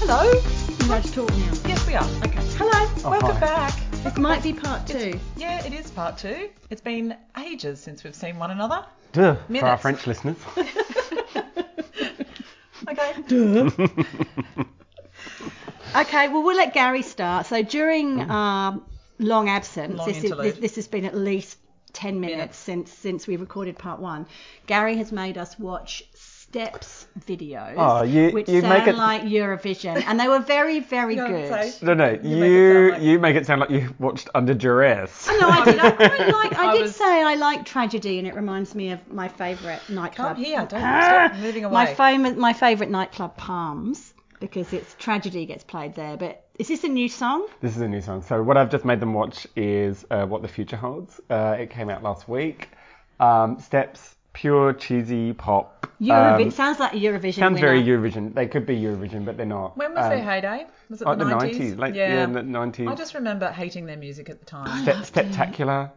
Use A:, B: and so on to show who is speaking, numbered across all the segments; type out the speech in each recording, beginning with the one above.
A: Hello.
B: allowed to talk now.
A: Yes, we are. Okay.
B: Hello.
C: Oh,
A: Welcome
C: hi.
A: back.
B: This might be part two.
A: Yeah, it is part two. It's been ages since we've seen one another.
C: Duh, for our
A: Minutes.
C: French listeners.
A: Okay.
B: Okay, well, we'll let Gary start. So during our long absence,
A: Long
B: this, is,
A: interlude.
B: this, this has been at least 10 minutes
A: Minutes.
B: since since we recorded part one. Gary has made us watch Steps videos,
C: Oh, you-
B: which
C: you
B: sound
C: make it-
B: like Eurovision, and they were very, very
A: You know what I'm
B: good.
A: saying?
C: no, no,
A: You
C: you
A: make it
C: you
A: sound
C: make,
A: like-
C: it sound like you watched Under Duress.
B: Oh, No, I did. I quite like. I,
A: I
B: did
A: was-
B: say I like tragedy, and it reminds me of my favourite nightclub.
A: Come here. Don't
C: Ah!
A: stop moving away.
B: My fam- my favourite nightclub, Palms, because it's tragedy gets played there. But is this a new song?
C: This is a new song. So what I've just made them watch is uh, What the Future Holds. Uh, it came out last week. Um, Steps, pure cheesy pop.
B: Eurovision
C: Um,
B: sounds like a Eurovision.
C: sounds
B: winner.
C: very Eurovision. They could be Eurovision, but they're not.
A: When was
C: Um,
A: their heyday? Was it
C: oh,
A: the
C: the
A: 90s?
C: 90s? Like, yeah, in the 90s.
A: I just remember hating their music at the time.
C: Step, Spectacular.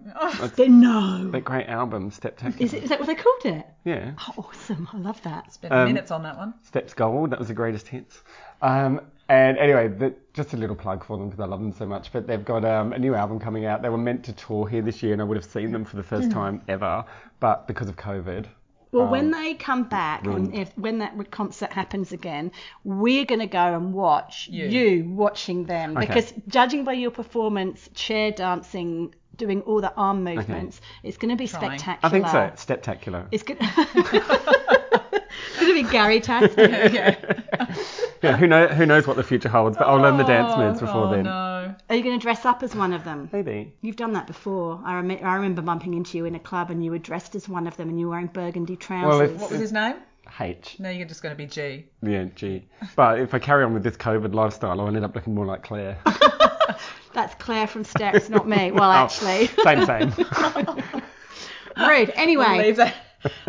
B: They- no.
C: That great album, Spectacular.
B: Is, it, is that what they called it? Oh,
C: Yeah.
B: Awesome. I love that.
A: Spent
C: Um,
A: minutes on that one.
C: Steps Gold. That was the greatest hits. Um, and anyway, the, just a little plug for them because I love them so much. But they've got um, a new album coming out. They were meant to tour here this year, and I would have seen them for the
A: Mm.
C: first time ever, but because of COVID.
B: Well,
C: Um,
B: when they come back and if when that re- concert happens again, we're going to go and watch you, watching them because judging by your performance, chair dancing, doing all the arm movements, it's going to be
A: Trying.
B: spectacular.
C: I think so. Spectacular.
B: It's going to be Gary Tasman.
C: Yeah, who, know, who knows what the future holds, but I'll learn the dance moves before
A: oh,
C: then.
A: no.
B: Are you going to dress up as one of them?
C: Maybe.
B: You've done that before. I, rem- I remember bumping into you in a club and you were dressed as one of them and you were wearing burgundy trousers.
C: if-
A: What was his name?
C: H.
A: Now you're just going to be G.
C: Yeah, G. But if I carry on with this COVID lifestyle, I'll end up looking more like Claire.
B: That's Claire from Steps, not me.
C: Oh.
B: Well, actually,
C: same, same.
B: rude. Anyway,
A: Leave that.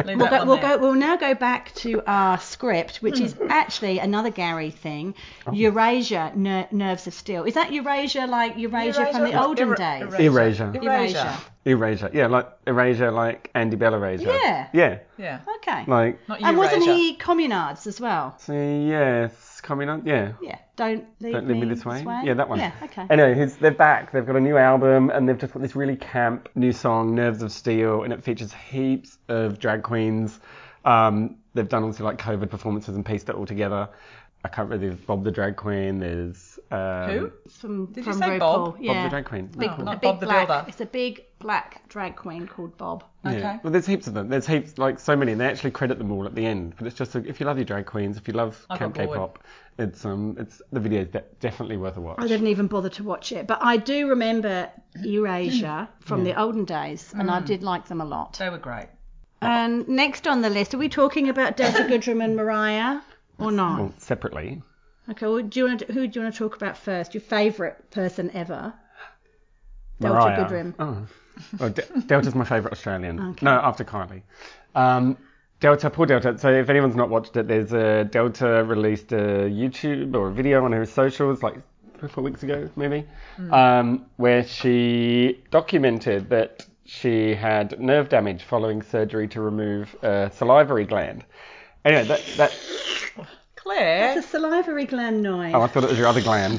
A: Leave
B: we'll,
A: that
B: go,
A: one
B: we'll
A: there.
B: go. We'll now go back to our script, which is
C: Hmm.
B: actually another Gary thing.
C: Oh.
B: Eurasia, ner- nerves of steel. Is that Eurasia like Eurasia, from the
A: Erasure?
B: olden
A: Era-
B: days?
C: Erasure.
A: Erasure.
C: Erasure. Yeah, like Erasure, like Andy Bell Erasure.
B: Yeah.
C: Yeah.
A: Yeah.
B: Okay.
C: Like,
A: Not
B: and wasn't
A: Eurasia.
B: he communards as well?
C: So yes, coming on. Yeah.
B: Yeah. Don't leave,
C: Don't leave me this way. Yeah, that one.
B: Yeah. Okay.
C: Anyway, his, they're back. They've got a new album and they've just got this really camp new song, Nerves of Steel, and it features heaps of drag queens. Um, they've done also like COVID performances and pieced it all together. I can't really. There's Bob the drag queen. There's um,
A: Who?
B: from, Did
A: you
B: from
A: say
B: RuPaul.
A: Bob?
B: Yeah.
C: Bob the drag queen.
B: Big,
A: Oh,
B: a
A: not
B: big
A: Bob the
B: black,
A: Builder.
B: It's a big black drag queen called Bob.
C: Yeah.
A: Okay.
C: Well, there's heaps of them. There's heaps, like so many, and they actually credit them all at the end. But it's just like, if you love your drag queens, if you love
A: I got
C: camp
A: bored.
C: K-pop, it's um, it's the video's de- definitely worth a watch.
B: I didn't even bother to watch it, but I do remember Eurasia from the olden days, and I did like them a lot.
A: They were great.
B: And next on the list, are we talking about Delta Goodrum and Mariah or not?
C: Well, separately.
B: Okay, well, do you want to, who do you want to talk about first? Your favourite person ever? Delta
C: Mariah.
B: Goodrum.
C: Oh. Well, De- Delta's my favourite Australian. No, after Kylie. Um, Delta, poor Delta. So if anyone's not watched it, there's a Delta released a YouTube or a video on her socials like three or four weeks ago, maybe, um, where she documented that she had nerve damage following surgery to remove a salivary gland. Anyway, that, that
A: Claire.
B: The salivary gland noise.
C: oh, I thought it was your other gland.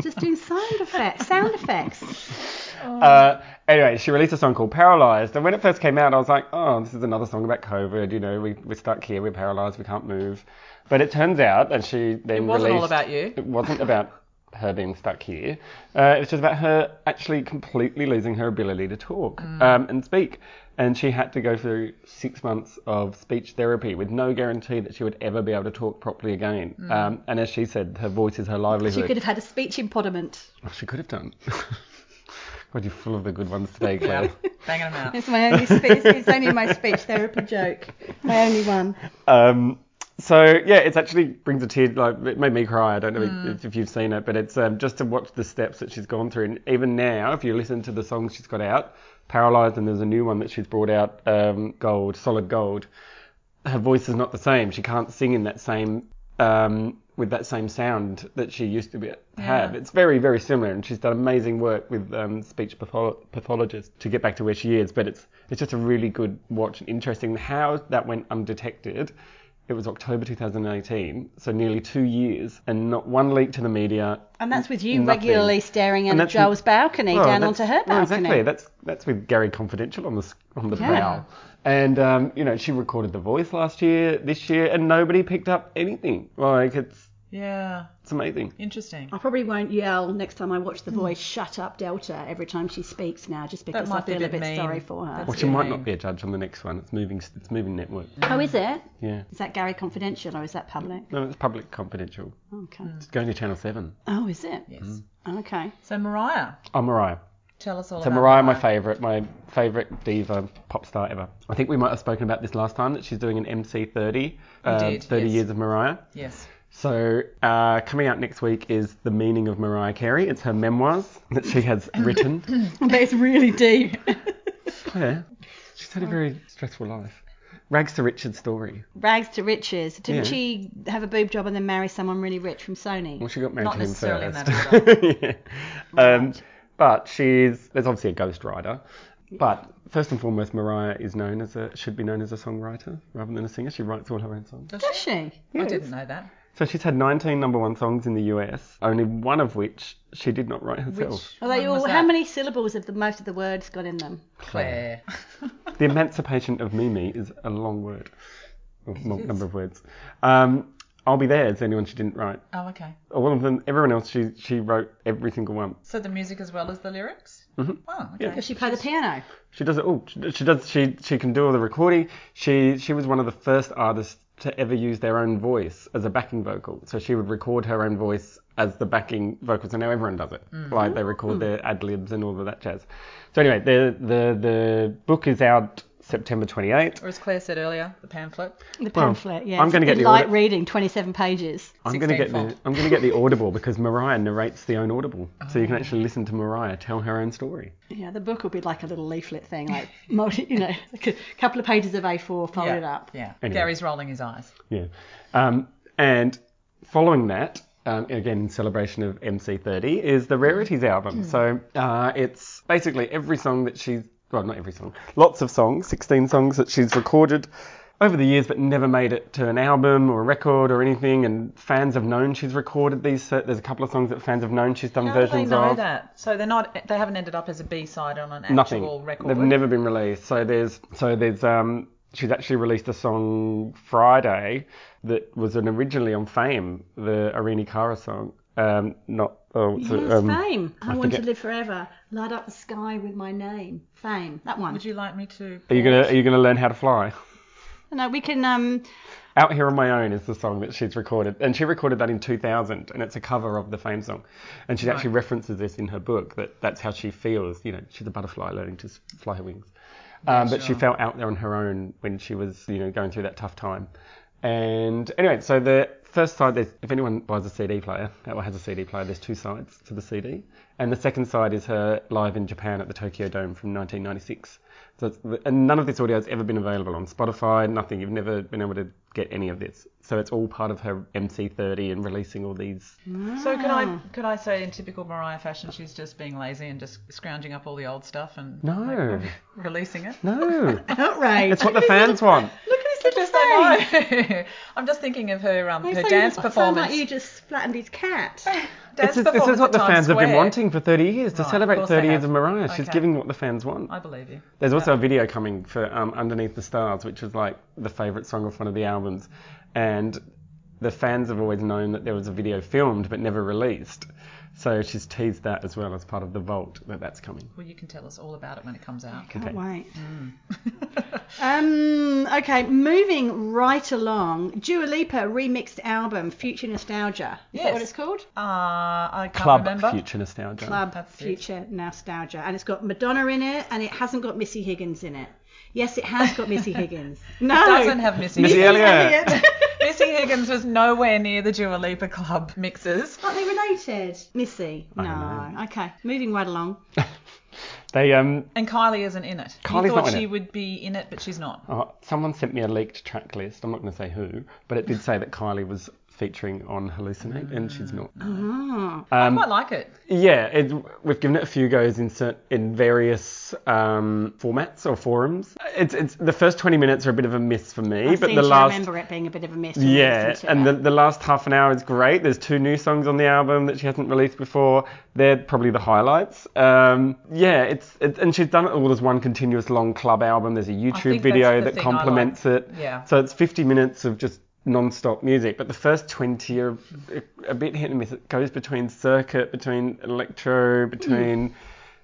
B: Just doing sound effects. Sound effects.
C: Uh, anyway, she released a song called Paralyzed. And when it first came out, I was like, oh, this is another song about COVID. You know, we, we're stuck here, we're paralyzed, we can't move. But it turns out that she then
A: It wasn't all
C: released-
A: about you.
C: It wasn't about her being stuck here. Uh, it was just about her actually completely losing her ability to talk
A: Mm.
C: um, and speak. And she had to go through six months of speech therapy with no guarantee that she would ever be able to talk properly again.
A: Mm.
C: Um, and as she said, her voice is her livelihood. Oh,
B: She could have had a speech impediment.
C: She could have done. God, you're full of the good ones today, Claire.
A: Banging them out.
B: It's my only speech. It's only my speech therapy joke. My only one.
C: um, so yeah, it's actually brings a tear. Like it made me cry. I don't know if, if you've seen it, but it's um, just to watch the steps that she's gone through. And even now, if you listen to the songs she's got out, Paralyzed, and there's a new one that she's brought out, um, Gold, Solid Gold. Her voice is not the same. She can't sing in that same um, with that same sound that she used to be, have. It's very very similar, and she's done amazing work with um, speech patholo- pathologists to get back to where she is. But it's it's just a really good watch and interesting how that went undetected it was October 2018, so nearly two years, and not one leak to the media.
B: And that's with you
C: nothing.
B: regularly staring
C: And
B: out of
C: that's-
B: Joel's balcony
C: Well,
B: down
C: Oh, that's-
B: onto her
C: well,
B: balcony.
C: exactly. That's that's with Gary Confidential on the s- on the
B: Yeah.
C: prowl. And um, you know, she recorded The Voice last year, this year, and nobody picked up anything. Like it's
A: Yeah.
C: it's amazing.
A: Interesting.
B: I probably won't yell next time I watch The Voice, shut up Delta, every time she speaks now, just because I
A: might be a
B: feel a
A: bit
B: bit
A: mean.
B: sorry for her.
A: That's-
C: Well, she
A: Yeah.
C: might not be a judge on the next one. It's moving. It's moving network.
B: Oh, is it?
C: Yeah.
B: Is that Gary Confidential or is that public? Oh,
C: No, it's public confidential.
B: Okay.
C: It's going to Channel Seven.
B: Oh, is it? Oh,
A: Yes.
B: Okay.
A: So Mariah,
C: Oh, Mariah.
A: tell us all
C: So
A: about
C: Mariah, my favourite, my favourite diva pop star ever. I think we might have spoken about this last time that she's doing an MC 30, uh,
A: did,
C: 30
A: yes.
C: years of Mariah.
A: Yes.
C: So uh, coming out next week is the meaning of Mariah Carey. It's her memoirs that she has written.
B: But it's really deep.
C: yeah, she's had a very stressful life. Rags to Riches story.
B: Rags to riches. Didn't
C: Yeah.
B: she have a boob job and then marry someone really rich from Sony?
C: Well, she got married
A: Not
C: to him
A: necessarily in
C: first.
A: that order.
C: Yeah. um, but she's there's obviously a ghostwriter. But first and foremost, Mariah is known as a should be known as a songwriter rather than a singer. She writes all her own songs.
A: Does
B: Does
A: she?
B: she?
A: I didn't know that.
C: So she's had 19 number one songs in the US, only one of which she did not write herself.
B: Are they
A: When was
B: all, how
A: that?
B: many syllables have the most of the words got in them?
A: Claire.
C: The Emancipation of Mimi is a long word, or long number of words. Um, I'll be there. It's the only one she didn't write.
A: oh, okay.
C: All of them, everyone else, she she wrote every single one.
A: So the music as well as the lyrics? Mm-hmm. Oh, okay.
B: Does she play the piano?
C: She does it all. She, she does. She she can do all the recording. She she was one of the first artists to ever use their own voice as a backing vocal. So she would record her own voice as the backing vocal. So now everyone does it. Like they record their ad libs and all of that jazz. So anyway, the the the book is out September 28th.
A: Or as Claire said earlier, the pamphlet.
B: The pamphlet, yeah.
C: I'm
B: It's
C: gonna
B: a
C: get
B: bit
C: the
B: light
C: audit-
B: reading, 27 pages.
C: I'm gonna get the
A: 16-fold.
C: I'm gonna get the audible because Mariah narrates the own audible, so
A: Oh.
C: you can actually listen to Mariah tell her own story.
B: Yeah, the book will be like a little leaflet thing, like multi, you know, like a couple of pages of A4 folded
A: yeah.
B: up.
A: Yeah.
C: Anyway.
A: Gary's rolling his eyes.
C: Yeah. Um, and following that, um, again in celebration of MC30, is the Rarities album. So uh, it's basically every song that she's, well, not every song, lots of songs, 16 songs that she's recorded over the years, but never made it to an album or a record or anything. And fans have known she's recorded these. So there's a couple of songs that fans have known she's done
A: How do
C: versions
A: they know
C: of.
A: that? So they're not. They haven't ended up as a B side on an actual
C: Nothing.
A: record.
C: They've never been released. So there's so there's um she's actually released a song Friday that was an originally on Fame, the Irene Cara song. Um not oh what's it,
B: Yes,
C: um,
B: fame. I, want
C: forget-
B: to live forever. Light up the sky with my name. Fame. That one.
A: Would you like me to?
C: Are you gonna are you gonna learn how to fly?
B: No, we can. Um,
C: Out Here on My Own is the song that she's recorded, and she recorded that in 2000, and it's a cover of the Fame song. And she actually references this in her book that that's how she feels. You know, she's a butterfly learning to s- fly her wings. Um, but she
A: sure.
C: felt out there on her own when she was, you know, going through that tough time. And anyway, so the first side, there's, if anyone buys a CD player uh, or has a CD player, there's two sides to the CD. And the second side is her live in Japan at the Tokyo Dome from 1996. So it's, and none of this audio has ever been available on Spotify, nothing. You've never been able to get any of this. So it's all part of her MC30 and releasing all these.
A: So could
C: Ah.
B: Ah.
A: I? Could I say in typical Mariah fashion, she's just being lazy and just scrounging up all the old stuff and
C: No,
A: releasing it?
C: no.
B: outrage.
C: It's what the fans want.
B: Look at his little
A: Just
B: face.
A: don't know. I'm just thinking of her um,
B: They
A: her
B: sound-
A: dance
B: sound
A: performance.
B: like you just flattened his cat.
A: Dance
C: This is, this
A: performance
C: is what
A: at
C: the
A: Times
C: fans have been
A: Square.
C: wanting for 30 years to
A: Right, of
C: celebrate
A: course they
C: 30 years
A: have.
C: of Mariah. She's
A: Okay.
C: giving what the fans want.
A: I believe you.
C: There's also a video coming for um, Underneath the Stars, which was like the favourite song off one of the albums. And the fans have always known that there was a video filmed but never released. So she's teased that as well as part of the vault that that's coming.
A: Well, you can tell us all about it when it comes out.
B: Can't wait.
A: Mm.
B: um, okay, moving right along. Dua Lipa remixed album Future Nostalgia. Is that
A: Yes.
B: what it's called?
A: Uh, I can't
C: Club
A: remember.
C: Future Nostalgia.
B: Club
A: That's it.
B: Future Nostalgia, and it's got Madonna in it, and it hasn't got Missy Higgins in it. Yes, it has got Missy Higgins. No,
A: Doesn't have Missy.
C: Missy
A: Higgins.
C: Elliott.
A: Missy Higgins was nowhere near the Dua Lipa Club mixes.
B: Aren't they related? Missy. No. Okay, moving right along.
C: They um,
A: And Kylie isn't in it.
C: Kylie's
A: you
C: not
A: thought
C: in
A: she
C: it.
A: would be in it, but she's not.
C: oh, someone sent me a leaked track list. I'm not going to say who, but it did say that Kylie was featuring on Hallucinate, and she's not.
B: Oh.
A: I
C: Um,
A: quite like it.
C: yeah, it, we've given it a few goes in cer- in various um, formats or forums. It's, it's the first 20 minutes are a bit of a mess for me,
B: I
C: but
B: seem
C: the
B: to
C: last
B: remember it being a bit of a mess. when I
C: yeah,
B: listened to
C: and
B: it.
C: the, the last half an hour is great. There's two new songs on the album that she hasn't released before. They're probably the highlights. Um, yeah, it's it, and she's done it all as one continuous long club album. There's a
A: think
C: YouTube
A: that's
C: video
A: the
C: that
A: thing I like.
C: complements it.
A: Yeah.
C: So it's 50 minutes of just non-stop music, but the first 20 are a, a bit hit and miss. It goes between circuit, between electro, between.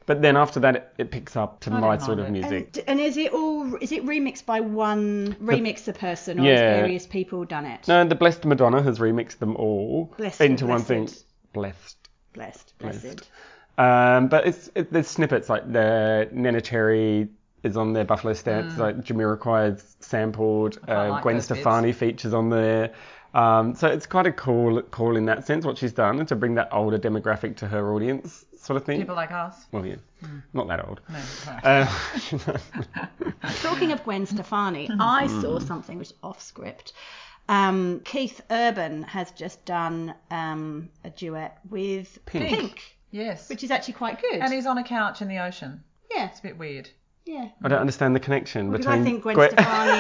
C: But then after that, it, it picks up to
A: I don't
C: my sort of
A: mind it.
C: music.
B: And, and is it all? Is it remixed by one remixer person, or
C: Yeah.
B: has various people done it?
C: No, the Blessed Madonna has remixed them all
B: Blessed or
C: into one thing.
B: blessed?
C: Blessed.
B: Blessed, blessed.
C: Um, but it's it, there's snippets like the Nana Cherry is on there, Buffalo Stamps, like Jamiroquai is sampled, uh,
A: Mm. like
C: Gwen
A: those bits.
C: Stefani features on there. Um, so it's quite a cool call in that sense what she's done and to bring that older demographic to her audience sort of thing.
A: People Mm. like us.
C: well, yeah, not that old.
A: No, sorry.
C: Uh,
B: Talking of Gwen Stefani, I saw something which is off script. Um, Keith Urban has just done um, a duet with Pink.
A: yes.
B: which is actually quite good.
A: and he's on a couch in the ocean.
B: yeah,
A: It's a bit weird.
B: yeah.
A: Mm.
C: I don't understand the connection
B: Because
C: between
B: I think Gwen
C: Gwen-
B: Stefani.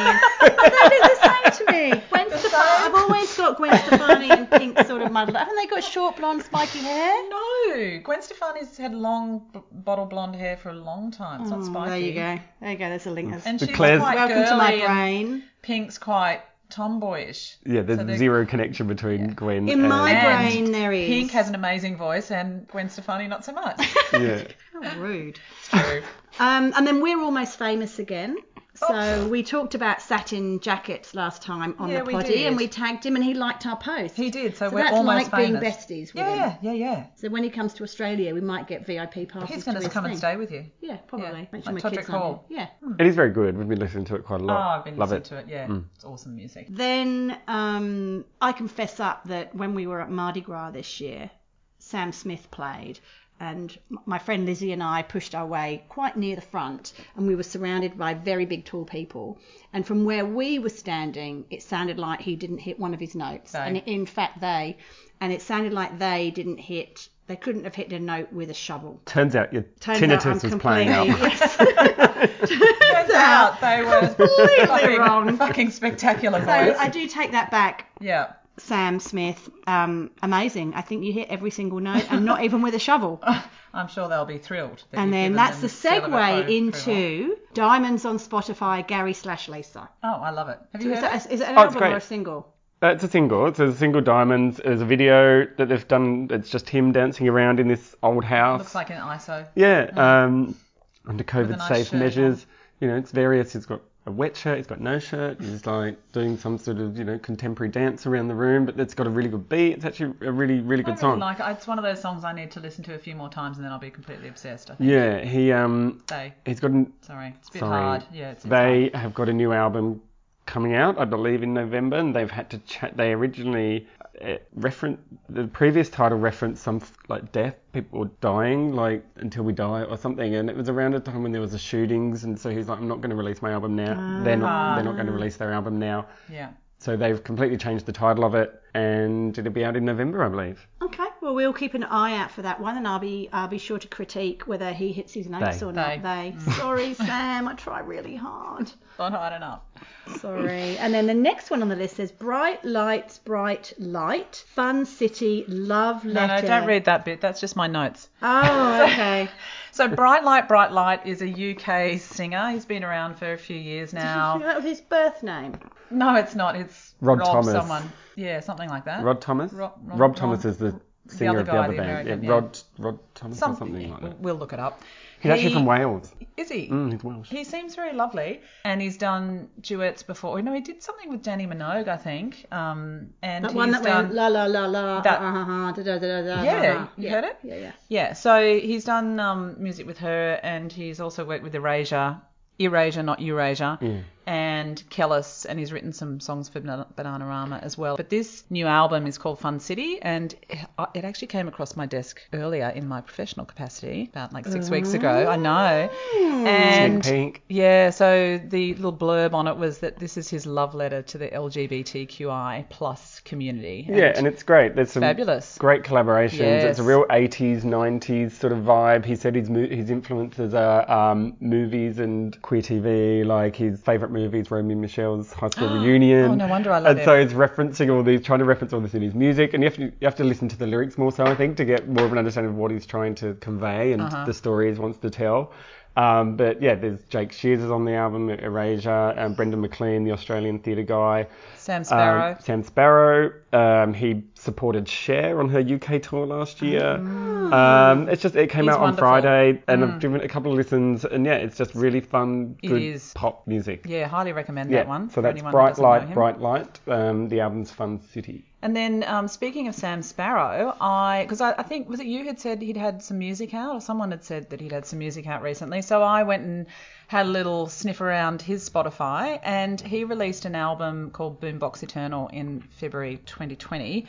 B: that is the same to me. Gwen Stefani. I've always got Gwen Stefani and Pink sort of muddled. up. Haven't they got short blonde spiky hair?
A: No, Gwen Stefani's had long b- bottle blonde hair for a long time. It's not spiky.
B: Mm, There you go. There you go. There's a link.
A: And she's
C: Claire's-
A: quite
B: Welcome to my
A: girly and
B: brain.
A: Pink's quite tomboyish.
C: yeah, there's
A: So they're-
C: zero connection between Gwen
B: In my
C: and
A: And
B: brain, there is.
A: Pink has an amazing voice, and Gwen Stefani not so much.
C: yeah.
B: How rude.
A: It's true.
B: Um, and then we're almost famous again.
A: Oh.
B: So we talked about satin jackets last time on
A: Yeah,
B: the
A: we
B: poddy,
A: did.
B: and we tagged him, and he liked our post.
A: He did, so,
B: So
A: we're
B: that's
A: almost
B: like being
A: famous.
B: besties with him.
A: Yeah, yeah, yeah.
B: So when he comes to Australia, we might get VIP passes.
A: He's going
B: to
A: to
B: his
A: come
B: thing.
A: and stay with you.
B: Yeah, probably. Make sure
A: like
B: my
A: Todrick
B: kids aren't
A: Hall.
B: here. Yeah.
C: It is very good. We've been listening to it quite a
A: Oh,
C: lot.
A: I've been
C: Love
A: listening
C: it.
A: to it. Mm. Yeah, it's awesome music.
B: Then um, I can fess up that when we were at Mardi Gras this year, Sam Smith played, and m- my friend Lizzie and I pushed our way quite near the front, and we were surrounded by very big, tall people. And from where we were standing, it sounded like he didn't hit one of his notes,
A: No.
B: and in fact they, and it sounded like they didn't hit. They couldn't have hit a note with a shovel.
C: Turns out your
B: Turns
C: tinnitus
B: out I'm
C: was
B: completely
C: playing up.
B: yes,
A: Turns out they were
B: completely
A: fucking,
B: wrong. So
A: fucking spectacular voice.
B: I do take that back.
A: yeah.
B: Sam Smith, um, amazing. I think you hit every single note and not even with a shovel.
A: I'm sure they'll be thrilled. that
B: And
A: you've
B: then
A: given
B: that's
A: them
B: the
A: celibate
B: segue
A: pro- approval.
B: into Diamonds on Spotify, Gary slash Lisa.
A: Oh, I love it. Have you
B: Is
A: heard
B: that,
A: it?
B: is it an
C: Oh, it's
B: album
C: great.
B: or a single?
C: That's a single. It's a single diamonds. There's a video that they've done. It's just him dancing around in this old house.
A: Looks like an ISO.
C: yeah. Um, under
A: a
C: COVID
A: nice
C: safe
A: shirt
C: measures. You know, it's various. He's got a wet shirt. He's got no shirt. He's like doing some sort of you know contemporary dance around the room. But it's got a really good beat. It's actually a really really
A: I
C: good
A: really
C: song.
A: like it. It's one of those songs I need to listen to a few more times and then I'll be completely obsessed. I think.
C: yeah. He um
A: They,
C: he's got an
A: sorry, it's a bit
C: Sorry.
A: hard. Yeah, it's, it's
C: They have got a new album coming out, I believe, in November, and they've had to. Cha- they originally uh, reference the previous title referenced some like death, people were dying, like until we die or something, and it was around a time when there was the shootings, and so he's like, I'm not going to release my album now. they're
A: Ah.
C: not. They're not going to release their album now.
A: hard. Yeah.
C: So they've completely changed the title of it, and it'll be out in November, I believe.
B: Okay, well we'll keep an eye out for that one, and I'll be I'll be sure to critique whether he hits his notes
C: They.
B: or not.
A: They. Mm.
B: They. Sorry, Sam, I try really hard.
A: Not hard enough.
B: Sorry. And then the next one on the list says Bright Lights, Bright Light, Fun City, Love
A: No, no,
B: Letter.
A: don't read that bit. That's just my notes.
B: Oh, okay.
A: So Bright Light, Bright Light is a UK singer. He's been around for a few years now.
B: That was his birth name.
A: No, it's not. It's
C: Rod
A: Rob
C: Thomas.
A: someone. Yeah, something like that.
C: Rod Thomas.
A: Rob- Rob-
C: Rob, Thomas
A: Rob-
C: is the
A: other
C: singer of the
A: guy,
C: other
A: the
C: band.
A: American,
C: yeah,
A: yeah.
C: Rod Rod Thomas
A: Some-
C: or something like that.
A: We'll look it up.
C: He's actually
A: He-
C: from Wales.
A: Is he?
C: Mm, he's Welsh.
A: He seems very lovely, and he's done duets before. Oh, No, he did something with Danny Minogue, I think. Um, and
B: That
A: he's
B: one that
A: done,
B: went la la la la.
A: That-
B: uh, uh, uh, da, da, da, da,
A: Yeah,
B: uh, uh.
A: you heard it?
B: Yeah, yeah.
A: Yeah, so he's done um, music with her, and he's also worked with Erasure, Erasure, not Eurasia. and Kellis, and he's written some songs for Bananarama as well. But this new album is called Fun City, and it actually came across my desk earlier in my professional capacity, about like six weeks ago. I know.
B: Oh.
A: And
C: Pink.
A: yeah, so the little blurb on it was that this is his love letter to the LGBTQI plus community.
C: Yeah, and it's great. There's some
A: Fabulous.
C: great collaborations.
A: Yes.
C: It's a real 80s, 90s sort of vibe. He said his mo- his influences are um, movies and queer TV. Like his favorite movies, Romeo and Michelle's High School Reunion.
A: Oh, no wonder I love
C: And so
A: him.
C: he's referencing all these, trying to reference all this in his music. And you have to you have to listen to the lyrics more so, I think, to get more of an understanding of what he's trying to convey and
A: Uh-huh.
C: the stories he wants to tell. Um, but yeah, there's Jake Shears is on the album, Erasure, and Brendan McLean, the Australian theatre guy.
A: Sam
C: Um,
A: Sparrow.
C: Sam Sparrow. Um, he supported Cher on her UK tour last year. Um, it's just it came
A: Ah. He's
C: out
A: wonderful. Mm.
C: on Friday, and I've given it a couple of listens, and yeah, it's just really fun,
A: It
C: good
A: is.
C: pop music.
A: yeah, highly recommend that one.
C: so
A: for
C: that's
A: anyone who
C: Bright
A: doesn't know
C: Light,
A: him.
C: Bright Light. Um, the album's Fun City.
A: And then um, speaking of Sam Sparrow, I because I, I think was it you had said he'd had some music out, or someone had said that he'd had some music out recently. So I went and had a little sniff around his Spotify, and he released an album called Boombox Eternal in February 2020.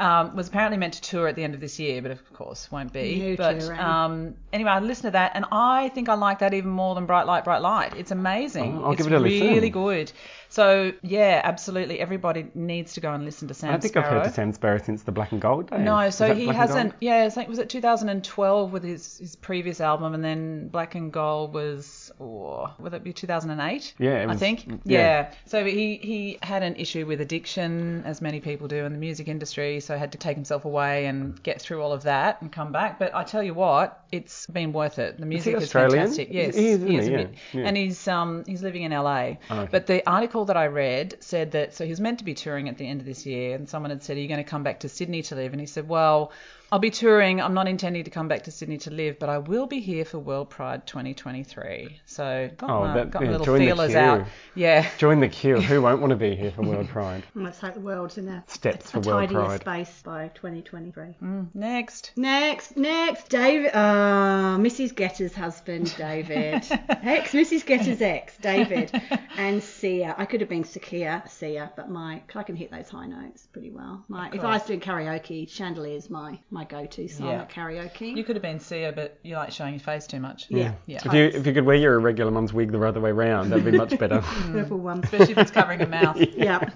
A: Um, was apparently meant to tour at the end of this year, but of course won't be.
B: No
A: but
B: touring.
A: um, anyway, I listened to that, and I think I like that even more than Bright Light, Bright Light. It's amazing.
C: Oh, I'll
A: it's
C: give it a listen.
A: really good. So yeah, absolutely. Everybody needs to go and listen to Sam
C: I think
A: Sparrow.
C: I've heard of Sam Sparrow since the Black and Gold days.
A: No,
C: Is
A: so
C: that
A: he
C: Black and
A: hasn't.
C: Gold?
A: Yeah, I think was it 2012 with his, his previous album, and then Black and Gold was, or would it be 2008?
C: Yeah, it
A: I
C: was- mm,
A: think.
C: yeah.
A: Yeah. So he he had an issue with addiction, as many people do in the music industry. So had to take himself away and get through all of that and come back. But I tell you what, it's been worth it. The music is,
C: Australian?
A: fantastic. Yes,
C: He is, isn't he?
A: a
C: Yeah,
A: bit-
C: yeah.
A: And he's um he's living in LA.
C: Oh, okay.
A: But the article that I read said that so he was meant to be touring at the end of this year, and someone had said, "Are you going to come back to Sydney to live?" And he said, "Well, I'll be touring. I'm not intending to come back to Sydney to live, but I will be here for World Pride 2023." So got
C: Oh,
A: my,
C: that-
A: got my
C: yeah,
A: little
C: join the
A: feelers
C: queue.
A: out. Yeah.
C: Join the queue. Who won't want to be here for World Pride?
B: Let's hope the world's in a,
C: Steps
B: a
C: for world
B: tidier
C: pride.
B: space by 2023.
A: Next.
B: Next, next, David, uh, Mrs. Getter's husband, David. ex, Mrs. Getter's ex, David, and Sia. I could have been Sakia, Sia, but my I can hit those high notes pretty well. My, if I was doing karaoke, Chandelier is my my go-to song
A: Yeah.
B: at karaoke.
A: You could have been Sia, but you like showing your face too much.
B: yeah,
A: Yeah.
C: If you if you could wear your irregular mum's wig the other way round, that'd be much better.
A: Mm.
B: purple one.
A: Especially if it's covering your mouth.
B: yeah.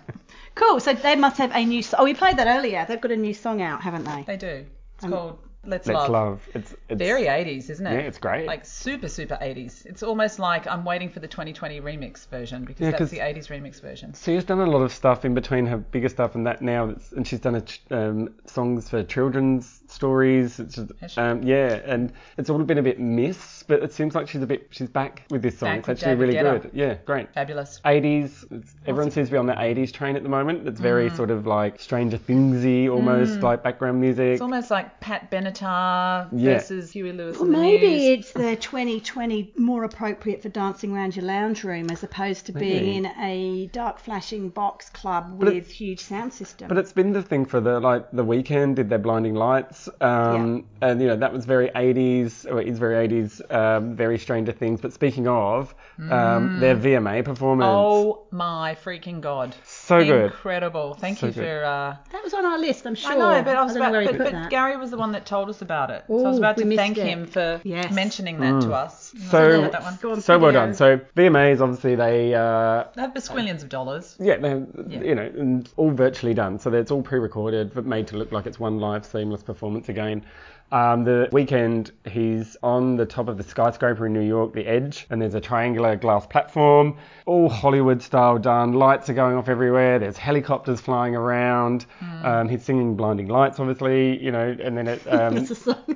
B: Cool. So they must have a new. s- Oh, we played that earlier. They've got a new song out, haven't they?
A: They do. It's called Let's,
C: Um, Let's
A: Love.
C: love. It's, it's
A: Very 80s, isn't it?
C: Yeah, it's great.
A: Like super, super 80s. It's almost like I'm waiting for the 2020 remix version because
C: Yeah,
A: that's
C: 'cause-
A: the 80s remix version.
C: So she's done a lot of stuff in between her bigger stuff and that now, that's, and she's done a ch- um, songs for children's stories. It's just,
A: Has she?
C: um, yeah, and it's all been a bit miss, but it seems like she's a bit she's back with this song.
A: Back
C: it's
A: with
C: actually
A: David
C: really
A: Guetta.
C: good. Yeah, great.
A: Fabulous.
C: 80s. It's, everyone seems to be on the 80s train at the moment. It's very
A: Mm.
C: sort of like Stranger Thingsy, almost like background music.
A: It's almost like Pat Benatar
C: Yeah.
A: versus Huey Lewis.
B: Well,
A: in the
B: maybe
A: News.
B: it's the 2020 more appropriate for dancing around your lounge room as opposed to
C: Maybe.
B: being in a dark flashing box club
C: it-
B: with huge sound system.
C: But it's been the thing for the like the weekend did their blinding lights, um, and you know that was very 80s. Or it's very 80s, um, very Stranger Things. But speaking of, um, their VMA performance,
A: Mm. Oh my freaking god!
C: so good.
A: Incredible. Thank
C: So
A: you
C: good.
A: for. Uh,
B: that was on our list, I'm sure.
A: I know, but I was
B: don't know
A: about.
B: where he
A: But,
B: put
A: but
B: that.
A: Gary was the one that told us about it, so I was
B: Ooh,
A: about
B: we
A: to
B: missed
A: thank
B: it.
A: him for
B: Yes.
A: mentioning that to us.
C: Mm. So-
A: I that one.
B: Go on,
C: So well
B: video.
C: done. So VMAs obviously they uh,
A: They have squillions of dollars.
C: yeah, they're,
A: Yeah.
C: you know, and all virtually done. So it's all pre-recorded, but made to look like it's one live, seamless performance again. Um, the weekend, he's on the top of the skyscraper in New York, the Edge, and there's a triangular glass platform, all Hollywood style done. Lights are going off everywhere. There's helicopters flying around.
A: Hmm.
C: Um, he's singing "Blinding Lights," obviously, you know, and then it. Um,
B: That's a song.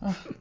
B: Wasn't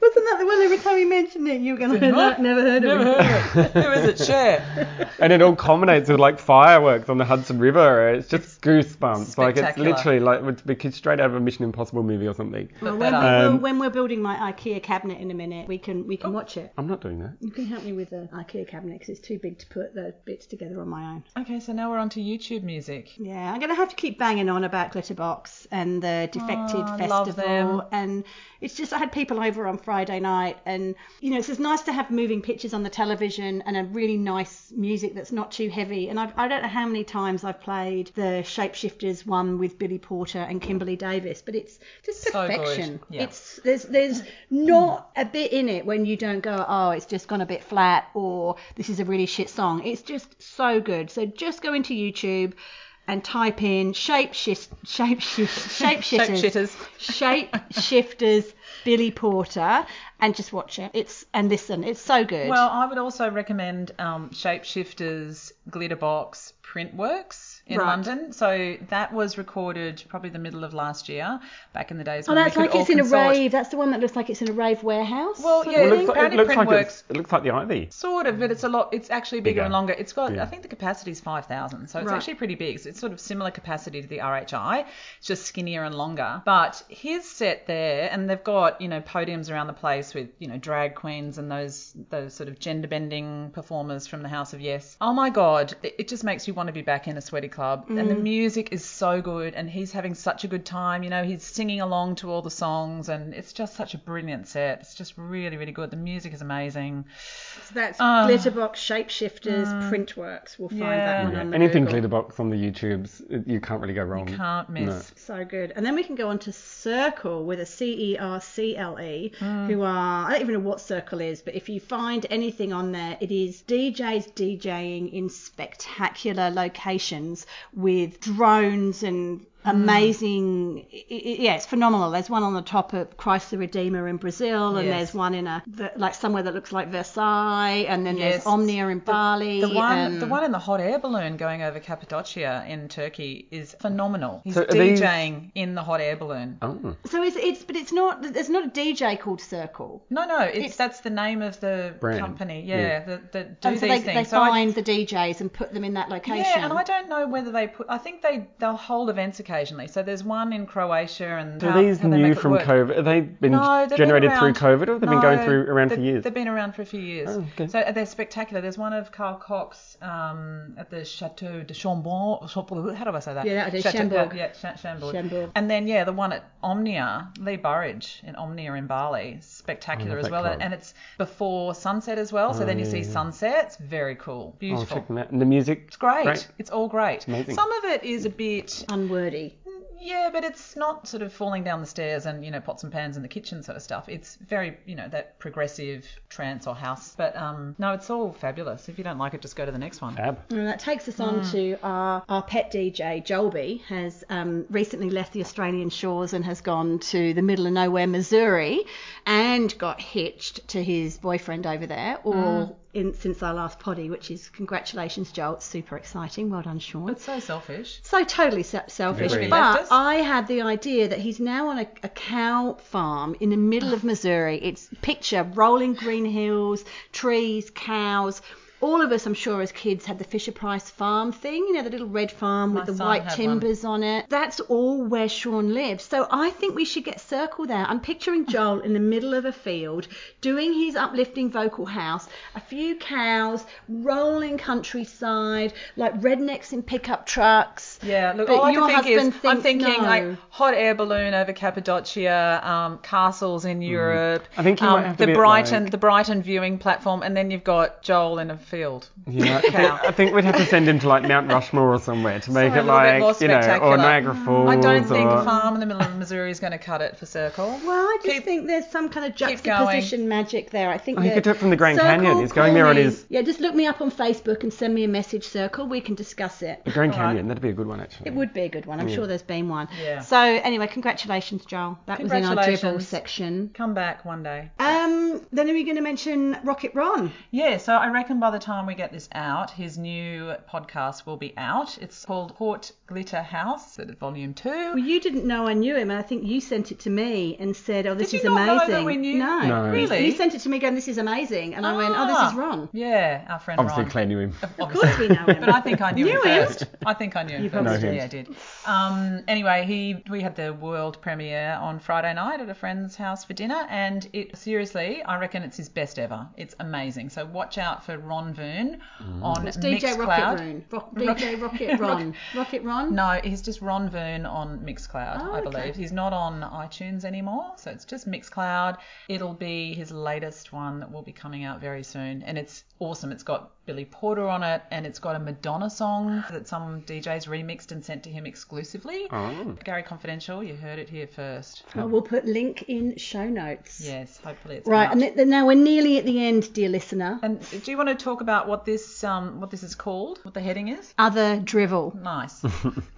B: that the one every time we mentioned it, you were going to
A: I?
B: never heard of
A: Never
B: it?
A: heard of it. Who is it? Cher.
C: and it all culminates with like fireworks on the Hudson River. It's just goosebumps. Like it's
A: spectacular.
C: literally like it's because straight out of a Mission Impossible movie or something.
B: Well,
A: But
B: when,
C: Um,
A: better.
B: we'll- when we're building my IKEA cabinet in a minute, we can we can watch it.
C: I'm not doing that.
B: You can help me with the IKEA cabinet because it's too big to put the bits together on my own.
A: Okay, so now we're on to YouTube music.
B: Yeah, I'm going to have to keep banging on about Glitterbox and the Defected
A: Oh, I love
B: Festival.
A: them.
B: And it's just, I had people over over on Friday night. And, you know, it's just nice to have moving pictures on the television and a really nice music that's not too heavy. And I've, I don't know how many times I've played the Shapeshifters one with Billy Porter and Kimberly Davis, but it's just
A: So good.
B: perfection.
A: Yeah.
B: It's there's there's not a bit in it when you don't go, oh, it's just gone a bit flat or this is a really shit song. It's just so good. So just go into YouTube and type in shapeshift shapeshift shapeshifters
A: Shapeshitters.
B: shapeshifters Billy Porter and just watch it. It's and listen, it's so good.
A: Well, I would also recommend um, Shapeshifters Glitterbox Printworks in
B: Right.
A: London. So that was recorded probably the middle of last year, back in the days.
B: oh,
A: when we
B: that's
A: could
B: like
A: all
B: it's in a
A: consort.
B: rave. That's the one that looks like it's in a rave warehouse.
A: Well,
B: sort
A: yeah,
B: of
C: It
B: thing.
C: looks like,
A: Brownie
C: it looks like
A: Printworks-
C: it's- it looks like the Ivy.
A: Sort of, but it's a lot. It's actually bigger,
C: Bigger.
A: and longer. It's got,
C: Yeah.
A: I think, the capacity is five thousand, so it's
B: Right.
A: actually pretty big. So it's sort of similar capacity to the RHI. It's just skinnier and longer. But his set there, and they've got you know podiums around the place with you know drag queens and those those sort of gender bending performers from the House of Yes. Oh my God, it it just makes you want to be back in a sweaty club. And the music is so good, and he's having such a good time. You know, he's singing along to all the songs, and it's just such a brilliant set. It's just really, really good. The music is amazing.
B: So that's
A: Ah.
B: Glitterbox Shapeshifters Printworks. We'll find
A: uh, Yeah.
B: that one
C: Yeah.
B: on the
C: Anything
B: Google.
C: glitterbox on the YouTubes, it- you can't really go wrong.
A: Can't miss.
B: So good. And then we can go on to Circle with a C E R C L E,
A: Hmm.
B: who are, I don't even know what Circle is, but if you find anything on there, it is DJs DJing in spectacular locations with drones and
A: Hmm.
B: amazing. i i yeah, it's phenomenal. There's one on the top of Christ the Redeemer in Brazil, and
A: Yes.
B: there's one in a, like somewhere that looks like Versailles, and then
A: Yes.
B: there's Omnia in Bali.
A: The one,
B: and-
A: the one in the hot air balloon going over Cappadocia in Turkey is phenomenal. He's
C: So are these-
A: DJing in the hot air balloon.
C: Oh.
B: So it's, it's, but it's not, there's not a DJ called Circle.
A: No, no, it's,
B: It's-
A: that's the name of the
C: Brand.
A: company. Yeah,
C: Yeah.
A: that, that do
B: And so
A: these
B: they,
A: things.
B: they
A: So I-
B: find the DJs and put them in that location.
A: yeah, and I don't know whether they put. I think they they'll hold events occasionally. So there's one in Croatia, and
C: So
A: how,
C: these
A: how they make
C: new
A: it
C: from
A: work.
C: COVID, have they been
A: No, they've
C: generated
A: been
C: through
A: around,
C: COVID or have they been going
A: No,
C: through around for
A: they've-
C: years?
A: They've been around for a few years.
C: Oh, okay.
A: So uh, they're spectacular. There's one of Carl Cox um, at the Chateau de Chambon. Chambon- How do I say that?
B: Yeah, that- the
A: Chateau-
B: Chambord.
A: Yeah, yeah, Ch- Chambord.
B: Chambord.
A: And then yeah, the one at Omnia, Lee Burridge in Omnia in Bali, spectacular as
C: love that
A: well.
C: club.
A: And it's before sunset as well. So then you see sunset. It's very cool,
C: Oh,
A: beautiful.
C: check them out. And the music?
A: it's great. It's all great.
C: Amazing.
A: Some of it is a bit
B: Unwordy.
A: yeah, but it's not sort of falling down the stairs and you know pots and pans in the kitchen sort of stuff. It's very you know that progressive trance or house. But um, no, it's all fabulous. If you don't like it, just go to the next one.
C: Fab.
B: And that takes us on
A: Hmm.
B: to our, our pet DJ, Jolby, has um, recently left the Australian shores and has gone to the middle of nowhere, Missouri, and got hitched to his boyfriend over there, or
A: Hmm.
B: in, since our last potty, which is congratulations, Joel. It's super exciting. Well done, Sean.
A: It's so selfish.
B: so totally se- selfish.
C: Agreed.
B: But
A: Leftist.
B: I had the idea that he's now on a, a cow farm in the middle
A: Oh.
B: of Missouri. It's picture rolling green hills, trees, cows. All of us, I'm sure, as kids had the Fisher Price farm thing, you know, the little red farm
A: My
B: with the
A: son
B: white
A: had
B: timbers on it. That's all where Sean lives. So I think we should get Circle there. I'm picturing Joel in the middle of a field doing his uplifting vocal house, a few cows, rolling countryside, like rednecks in pickup trucks.
A: Yeah, look,
B: But
A: all I
B: your
A: can think is
B: husband
A: I'm
B: thinks
A: thinking
B: no.
A: like hot air balloon over Cappadocia, um, castles in Europe.
C: Mm. I think you
A: um,
C: might have to
A: the
C: be at,
A: Brighton,
C: like-
A: the Brighton viewing platform, and then you've got Joel in a field.
C: Yeah, I think, I think we'd have to send him to like Mount Rushmore or somewhere to make
A: Somewhere
C: it
A: a little bit more
C: like, you know, or
A: spectacular. Mm,
C: Niagara Falls.
A: I don't think
C: or...
A: a farm in the middle of Missouri is going to cut it for Circle.
B: Well, I just
A: Keep-
B: think there's some kind of
A: keep
B: juxtaposition magic there. I think
C: Oh, he
B: that
C: could do it from the Grand Canyon. He's going
B: call
C: there on
B: me.
C: his-
B: Yeah, just look me up on Facebook and send me a message, Circle. We can discuss it.
C: The Grand
A: All right.
C: Canyon, that'd be a good one actually.
B: It would be a good one. I'm
C: Mm.
B: sure there's been one.
A: Yeah.
B: So anyway, congratulations, Joel. That was in our dribble
A: Congratulations.
B: section.
A: Come back one day.
B: Um, then are we going to mention Rocket Ron?
A: Yeah, so I reckon by the time we get this out, his new podcast will be out. It's called Port Glitter House, at volume two.
B: Well, you didn't know I knew him, and I think you sent it to me and said, "Oh, this
A: Did
B: is
A: you not know that
B: amazing."
A: we knew?
B: No,
C: No.
A: Really?
B: You sent it to me going, "This is amazing," and I went, "Oh, this
A: Ah.
B: is Ron."
A: Yeah, our friend
C: Obviously,
A: Ron.
C: Claire knew him.
B: Of course, we know him.
A: But I think I knew,
B: Knew
A: him
B: him.
A: first. I think I knew him
B: You
A: first.
B: probably
A: Yeah, I did. Um, anyway, he we had the world premiere on Friday night at a friend's house for dinner, and it seriously, I reckon it's his best ever. It's amazing. So watch out for Ron Ron Voon on
B: It's DJ
A: Mixcloud.
B: Rocket Ron. Rock, DJ Rocket Ron. Rocket Ron?
A: No, he's just Ron Voon on Mixcloud,
B: Oh,
A: I
B: okay.
A: believe. He's not on iTunes anymore, so it's just Mixcloud. It'll be his latest one that will be coming out very soon, and it's awesome. It's got Billy Porter on it, and it's got a Madonna song that some DJs remixed and sent to him exclusively.
C: Oh.
A: Gary Confidential, you heard it here first.
B: Well, we'll put link in show notes.
A: Yes, hopefully it's
B: Right,
A: out.
B: and th- th- now we're nearly at the end, dear listener.
A: And do you want to talk about what this um, what this is called? What the heading is?
B: Other drivel.
A: Nice.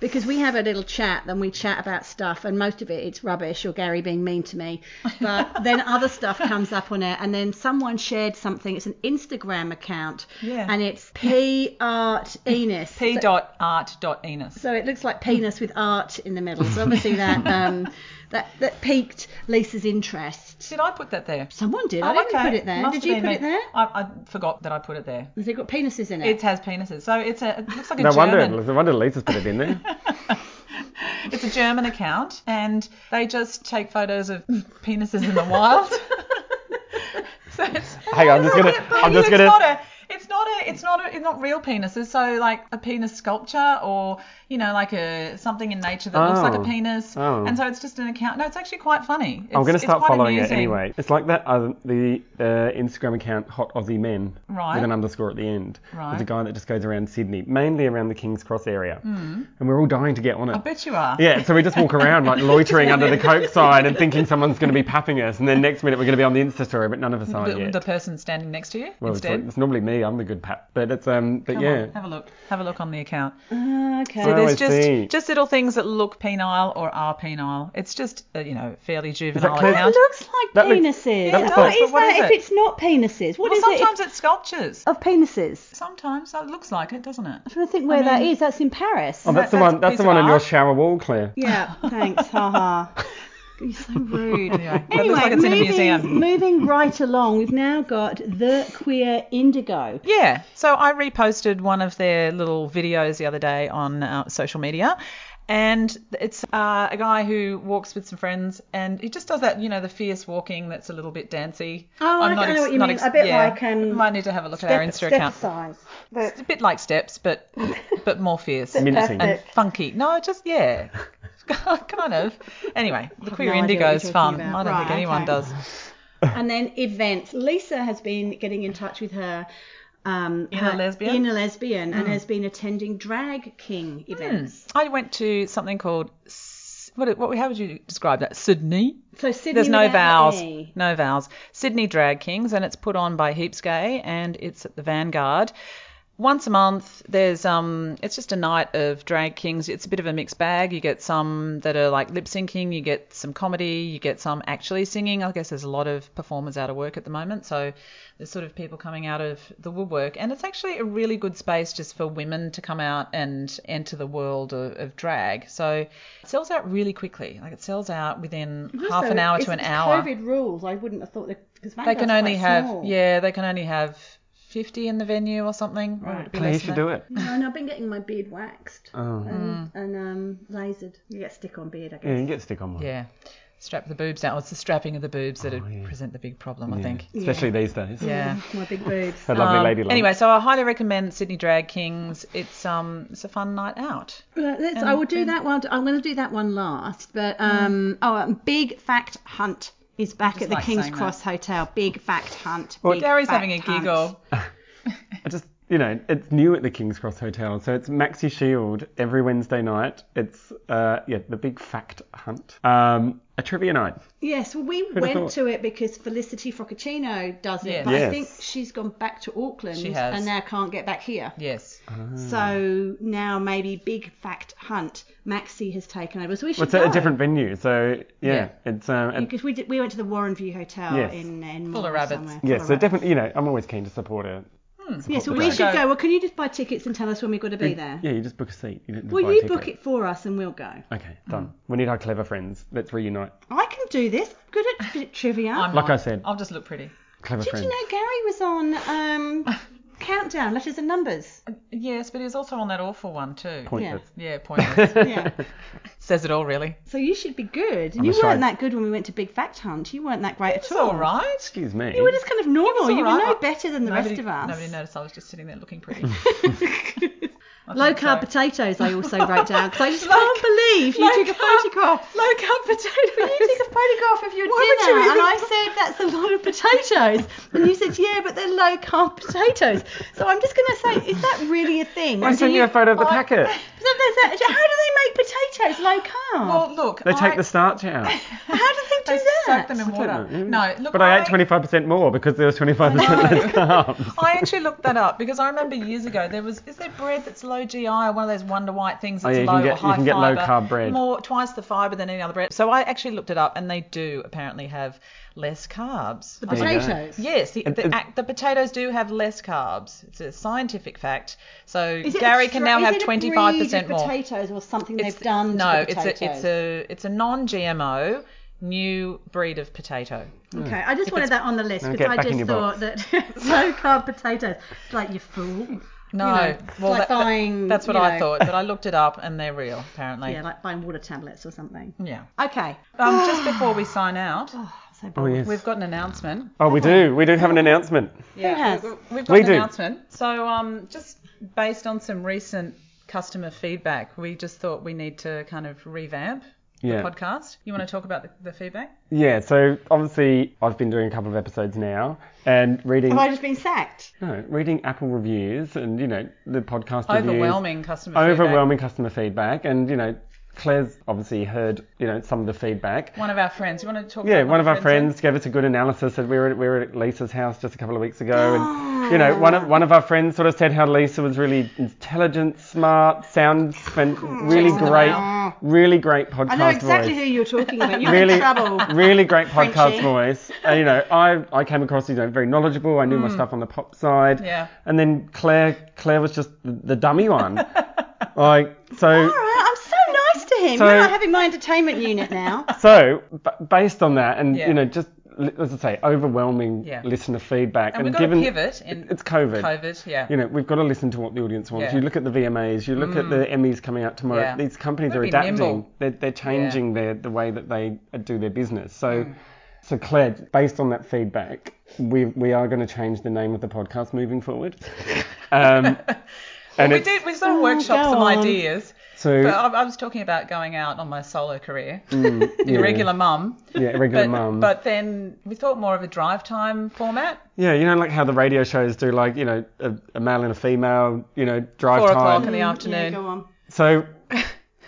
B: because we have a little chat and we chat about stuff and most of it it's rubbish or gary being mean to me but then other stuff comes up on it and then someone shared something it's an instagram account
A: Yeah.
B: and it's p art enos
A: P dot art dot Enos.
B: so it looks like penis with art in the middle so obviously that um that that piqued lisa's interest
A: Did I put that there?
B: someone did i didn't put it there
A: Oh, Must
B: did
A: have
B: you
A: been
B: put
A: me.
B: it there
A: I, I forgot that I put it there.
B: has it got penises in it
A: It has penises, so it's a it looks like a
C: No wonder,
A: German.
C: no wonder Lisa's put it in there.
A: It's a German account, and they just take photos of penises in the wild. so it's,
C: Hang on, I'm just gonna, I'm just
A: it's
C: gonna.
A: Not a, it's not a, it's not a, it's not real penises. So like a penis sculpture, or you know, like a something in nature that looks like
C: Oh.
A: a penis.
C: Oh.
A: And so it's just an account. No, it's actually quite funny. It's,
C: I'm going to
A: it's
C: start
A: quite
C: following
A: amusing.
C: it anyway. It's like that other, the uh, Instagram account Hot Aussie Men
A: Right.
C: with an underscore at the end.
A: Right.
C: There's a guy that just goes around Sydney, mainly around the King's Cross area, and we're all dying to get on it.
A: Hmm. I bet you are.
C: Yeah, so we just walk around like loitering under the Coke sign and thinking someone's going to be papping us, and then next minute we're going to be on the Insta story, but none of us are
A: The,
C: yet.
A: the person standing next to you
C: well, it's,
A: instead.
C: it's normally me. I'm the good pap, but it's um, but
A: Come
C: yeah.
A: on, have a look. Have a look on the account.
B: Ah, okay
A: So
C: Oh, I
A: there's just
C: see.
A: just little things that look penile or are penile. It's just a, you know fairly juvenile
C: clear?
B: it
A: account.
B: looks like
C: That looks-
B: penises.
C: that looks
B: what
C: like-
B: is
A: What
B: that
A: is
B: if
A: it?
B: it's not penises? What
A: Well,
B: is
A: sometimes
B: it
A: it's sculptures.
B: of penises?
A: Sometimes it looks like it, doesn't it?
B: I'm trying to think where that is. That's in Paris.
C: Oh, that's the
A: That- that's
C: one. That's
A: piece
C: the
A: of
C: one on your
A: art.
C: shower wall, Claire.
B: Yeah, thanks. Haha. You're so rude.
A: Anyway, that
B: Anyway,
A: looks like it's in
B: moving,
A: a museum.
B: moving right along, we've now got the queer indigo.
A: Yeah. So I reposted one of their little videos the other day on uh, social media. And it's uh, a guy who walks with some friends, and he just does that, you know, the fierce walking that's a little bit dancey.
B: Oh, I know what you
A: not
B: mean. A bit
A: yeah.
B: like, um,
A: Might need to have a look at our Insta
B: Step, step
A: account.
B: size.
A: It's a bit like steps, but but more fierce.
C: Mincing.
A: and funky. No, just yeah, kind of. Anyway, the queer
B: no idea
A: indigo
B: what
A: is
B: you're
A: fun.
B: talking
A: I
B: about.
A: don't think
B: Right,
A: anyone
B: okay.
A: does.
B: and then events. Lisa has been getting in touch with her. Um,
A: Inner Hmm.
B: her
A: lesbian?
B: Inner lesbian, and has been attending drag king
A: Hmm.
B: events.
A: I went to something called S- what? What? How would you describe that? Sydney.
B: So Sydney.
A: There's no
B: without
A: vowels.
B: an E.
A: No vowels. Sydney Drag Kings, and it's put on by Heaps Gay, and it's at the Vanguard. Once a month, there's um, it's just a night of drag kings. It's a bit of a mixed bag. You get some that are like lip syncing, you get some comedy, you get some actually singing. I guess there's a lot of performers out of work at the moment, so there's sort of people coming out of the woodwork, and it's actually a really good space just for women to come out and enter the world of, of drag. So it sells out really quickly. Like it sells out within half
B: Also,
A: an hour
B: if
A: to an
B: it's
A: hour
B: COVID rules. I wouldn't have thought that because
A: they can only have yeah they can only have 50 in the venue or something Or would it be
C: Claire, you
A: less than that?
C: should do it.
B: No, and I've been getting my beard waxed
C: Oh,
B: and,
A: Mm.
B: and um lasered. You get stick on beard, I guess.
C: yeah, you can get stick on one.
A: yeah strap the boobs down it's the strapping of the boobs that
C: Oh, yeah.
A: present the big problem i
C: Yeah.
A: think
C: Especially these days.
A: yeah
B: My big boobs.
C: Her lovely
A: Um,
C: lady love.
A: anyway so i highly recommend sydney drag kings it's um it's a fun night out
B: Well, let's,
A: Um,
B: I will do that one. I'm going to do that one last. But
A: Mm.
B: um, oh, um, big fact hunt is back at the
A: like
B: King's
A: saying that.
B: Cross Hotel. Big fact hunt.
C: Well,
B: big
A: gary's
B: fact
A: having a
B: hunt.
A: giggle
C: I just, you know, it's new at the King's Cross Hotel, so it's Maxi Shield every Wednesday night. It's, uh, yeah, the big fact hunt. Um, a trivia night.
B: Yes, well, we
C: have
B: went
C: thought?
B: to it because Felicity Froccaccino does it,
A: Yes.
B: but I
C: Yes.
B: think she's gone back to Auckland
A: She has.
B: and now can't get back here.
A: yes
C: Uh-huh. Mm.
B: So now maybe Big Fact Hunt Maxi has taken over. So we should
C: It's
B: go.
C: at a different venue, so yeah,
A: Yeah.
C: it's um, at-
B: because we did, we went to the Warren View Hotel
C: Yes.
B: in in
A: Full of
B: Moore
A: rabbits.
B: somewhere. Full
C: yeah,
B: of
C: so
B: rabbits.
C: definitely, you know, I'm always keen to support a.
B: Hmm. Yeah, so
C: Support
B: we
C: the
B: should
A: day.
B: go. Well, can you just buy tickets and tell us when we've got to be there?
C: Yeah, you just book a seat. You don't just
B: Well,
C: buy a
B: you
C: ticket.
B: book Hmm. it for us and we'll go.
C: Okay, done. We need our clever friends. Let's reunite.
B: I can do this. Good at, good at trivia.
A: I'm
C: Like
A: not.
C: I said.
A: i'll just look pretty
C: Clever
B: Did
C: friends.
B: you know Gary was on um, Countdown, letters and numbers.
A: Yes, but he's also on that awful one too.
C: Pointless.
A: Yeah, pointless.
B: Yeah.
A: Says it all, really.
B: so you should be good.
C: I'm
B: you
C: ashamed.
B: weren't that good when we went to Big Fact Hunt. You weren't that great at
A: It's
B: all.
A: all right.
C: Excuse me.
B: You were just kind of normal.
A: It's
B: You
A: all
B: were no
A: right.
B: better than the
A: nobody,
B: rest of us.
A: Nobody noticed I was just sitting there looking pretty.
B: Low carb potatoes, I also wrote down because I just can't believe you took a
A: low-carb-
B: photograph.
A: Low carb
B: But
A: potatoes.
B: you took a photograph of your
A: Why would
B: dinner,
A: you even-
B: and I said that's a lot of potatoes, and you said yeah, but they're low carb potatoes. So I'm just going to say, is that really a thing?
C: I
B: And do
C: sent you a photo of the
A: I-
C: packet.
B: So there's that- how do they make potatoes low carb?
A: Well, look.
C: They
A: I-
C: take the starch out.
B: how do they
A: They
B: do that?
A: soak them in water. No, look.
C: But I ate 25% more because there was 25% less carbs.
A: I actually looked that up because I remember years ago there was is there bread that's low GI, one of those Wonder White things
C: Oh,
A: that's
C: yeah, you
A: low
C: can
A: or
C: get-
A: high
C: you can get
A: fiber,
C: low carb bread.
A: more twice the fiber than any other bread. So I actually looked it up, and they do apparently have less carbs.
B: The
A: I was like,
B: potatoes.
A: Yes, the,
C: And-
A: the,
C: and-
A: act, the potatoes do have less carbs. It's a scientific fact. So
B: Is it
A: Gary
B: a
A: can
B: stra-
A: now
B: is
A: have
B: it a
A: 25%
B: breed of
A: more.
B: potatoes or something
A: It's-
B: they've done.
A: no,
B: to the
A: it's a it's
B: potatoes?
A: a it's a non-GMO new breed of potato.
B: Okay, I just wanted that on the list
C: Now
B: because
C: get
B: I
C: back in
B: just
C: your
B: thought that low carb potatoes, it's like you fool.
A: No,
B: You know, it's
A: well that- that-
B: like buying,
A: that's what
B: you
A: I
B: know-
A: thought, but I looked it up and they're real apparently.
B: Yeah, like buying water tablets or something.
A: yeah.
B: Okay.
A: Um, just before we sign out,
B: So
C: Oh, yes.
A: we've got an announcement.
C: Oh, we do. We do have an announcement.
A: Yeah,
B: has?
A: we've got, we've got
C: We
A: an
C: do.
A: announcement. So, um, just based on some recent customer feedback, we just thought we need to kind of revamp
C: Yeah.
A: the podcast. You want to talk about the, the feedback?
C: Yeah, so obviously I've been doing a couple of episodes now and reading
B: Have I just been sacked?
C: no, reading Apple reviews and you know the podcast reviews.
A: Overwhelming customer
C: overwhelming customer feedback and you know Claire's obviously heard you know some of the feedback.
A: feedback. One of our friends. You want to talk?
C: Yeah,
A: about
C: one of our friends
A: is?
C: gave us a good analysis. That we were we were at Lisa's house just a couple of weeks ago, and you know, one of one of our friends sort of said how Lisa was really intelligent, smart, sound, and really
A: Checks in the
C: great,
B: mail.
C: really great podcast
B: I Oh, know exactly
C: voice.
B: who you're talking about. You're
C: Really,
B: in trouble.
C: really great podcast
B: Frenchie.
C: voice. And, you know, I, I came across you know very knowledgeable. I knew my stuff on the pop side.
A: Mm. Yeah.
C: And then Claire Claire was just the, the dummy one. like
A: Ah.
C: so.
B: All right, I'm so nice to him.
C: So-
B: You're not having my entertainment unit now.
C: So, b- based on that, and
A: Yeah.
C: you know, just li- as I say, overwhelming
A: Yeah.
C: listener feedback,
A: And we've got to pivot in
C: it's COVID,
A: COVID. Yeah.
C: you know, we've got to listen to what the audience wants.
A: Yeah. Mm.
C: You look at the VMAs, you look at the Emmys coming out tomorrow.
A: Yeah.
C: These companies
A: Gotta
C: are
A: be
C: adapting.
A: nimble.
C: They're, they're changing their the way that they do their business. So,
A: Mm.
C: so Claire, based on that feedback, we we are going to change the name of the podcast moving forward. Um, and
A: we
C: it's-
A: did. We sort of workshopped
B: go
A: some
B: on.
A: ideas.
C: so
A: But I, I was talking about going out on my solo career,
C: yeah,
A: regular mum.
C: yeah, regular
A: But,
C: mum.
A: but then we thought more of a drive time format.
C: Yeah, you know, like how the radio shows do, like you know, a, a male and a female, you know, drive
A: Four
C: time.
A: o'clock in the
B: Yeah,
A: afternoon. Um,
B: go on.
C: So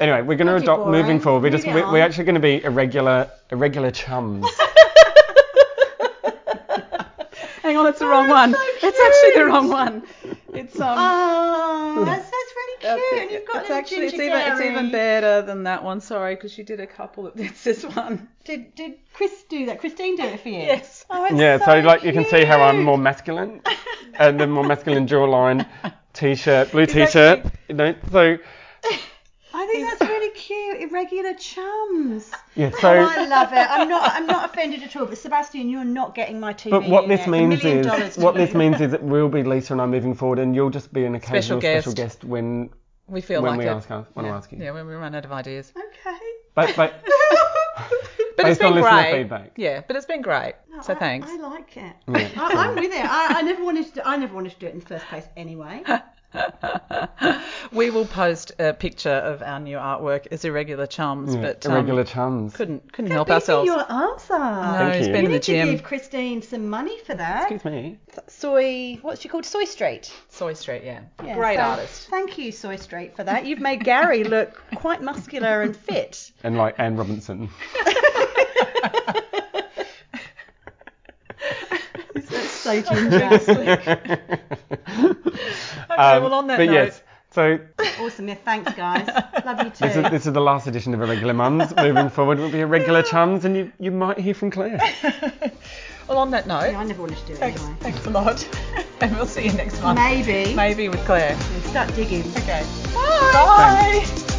C: anyway, we're going to
B: Bloody
C: adopt
B: boring.
C: moving forward. We're
B: Move
C: just
B: it
C: we,
B: on.
C: we're actually going to be irregular irregular chums.
B: Hang on, it's
A: Oh,
B: the wrong one. it's actually the wrong one.
A: It's um.
B: Oh, that's, that's really cute. and you've got
A: it's
B: little
A: actually it's
B: ginger
A: even, it's
B: Gary.
A: even better than that one. Sorry, because you did a couple. Of, it's this one.
B: Did, did Chris do that? Christine do it for you?
A: Yes.
B: Oh, it's
C: yeah,
B: so
C: so, like you can see how I'm
B: cute.
C: more masculine, and the more masculine jawline, t-shirt, blue
A: He's
C: t-shirt.
A: actually-
C: You know, so
B: I think that's really cute. Irregular chums.
C: yeah,
B: Oh,
C: so.
B: I love it. I'm not. I'm not offended at all. But Sebastian, you're not getting my TV.
C: But what this
B: unit. A
C: means
B: million
C: is
B: dollars to
C: what
B: you.
C: this means is it will be Lisa and I moving forward, and you'll just be an
A: Special
C: occasional special
A: guest.
C: guest when
A: We feel
C: when
A: like
C: we
A: it.
C: ask us, when I ask you.
A: Yeah, when we run out of ideas.
B: Okay.
C: But, but
A: But it's
C: Based on
A: been
C: listener
A: great.
C: feedback.
A: Yeah, but it's been great.
B: No,
A: so
B: I-
A: thanks.
B: I like it. I, I'm with it. I, I never wanted to. do- I never wanted to do it in the first place anyway.
A: we will post a picture of our new artwork as irregular chums, but um,
C: Mm, irregular chums.
A: couldn't couldn't help
B: These are
A: ourselves.
B: your answer.
A: no,
C: Thank
A: it's been
C: you.
B: You
A: in the
B: need to
A: gym.
B: give Christine some money for that.
C: Excuse me.
B: Soy, what's she called? Soy Street.
A: Soy Street, yeah.
B: Yeah,
A: Great
B: so
A: artist.
B: Thank you, Soy Street, for that. You've made Gary look quite muscular and fit.
C: And like Anne Robinson.
B: So ginger.
A: Okay, well on that
C: Um, but
A: note,
C: yes, so
B: awesome. Yeah, thanks, guys. Love you
C: this is,
B: too.
C: this is the last edition of Irregular Mums. Moving forward, we'll be Irregular Chums, and you, you might hear from Claire.
A: well on that note,
B: I never wanted to do it
A: thanks,
B: anyway.
A: thanks a lot, and we'll see you next month.
B: Maybe.
A: Maybe with Claire.
B: Start digging.
A: Okay.
B: Bye.
A: Bye.
C: Thanks.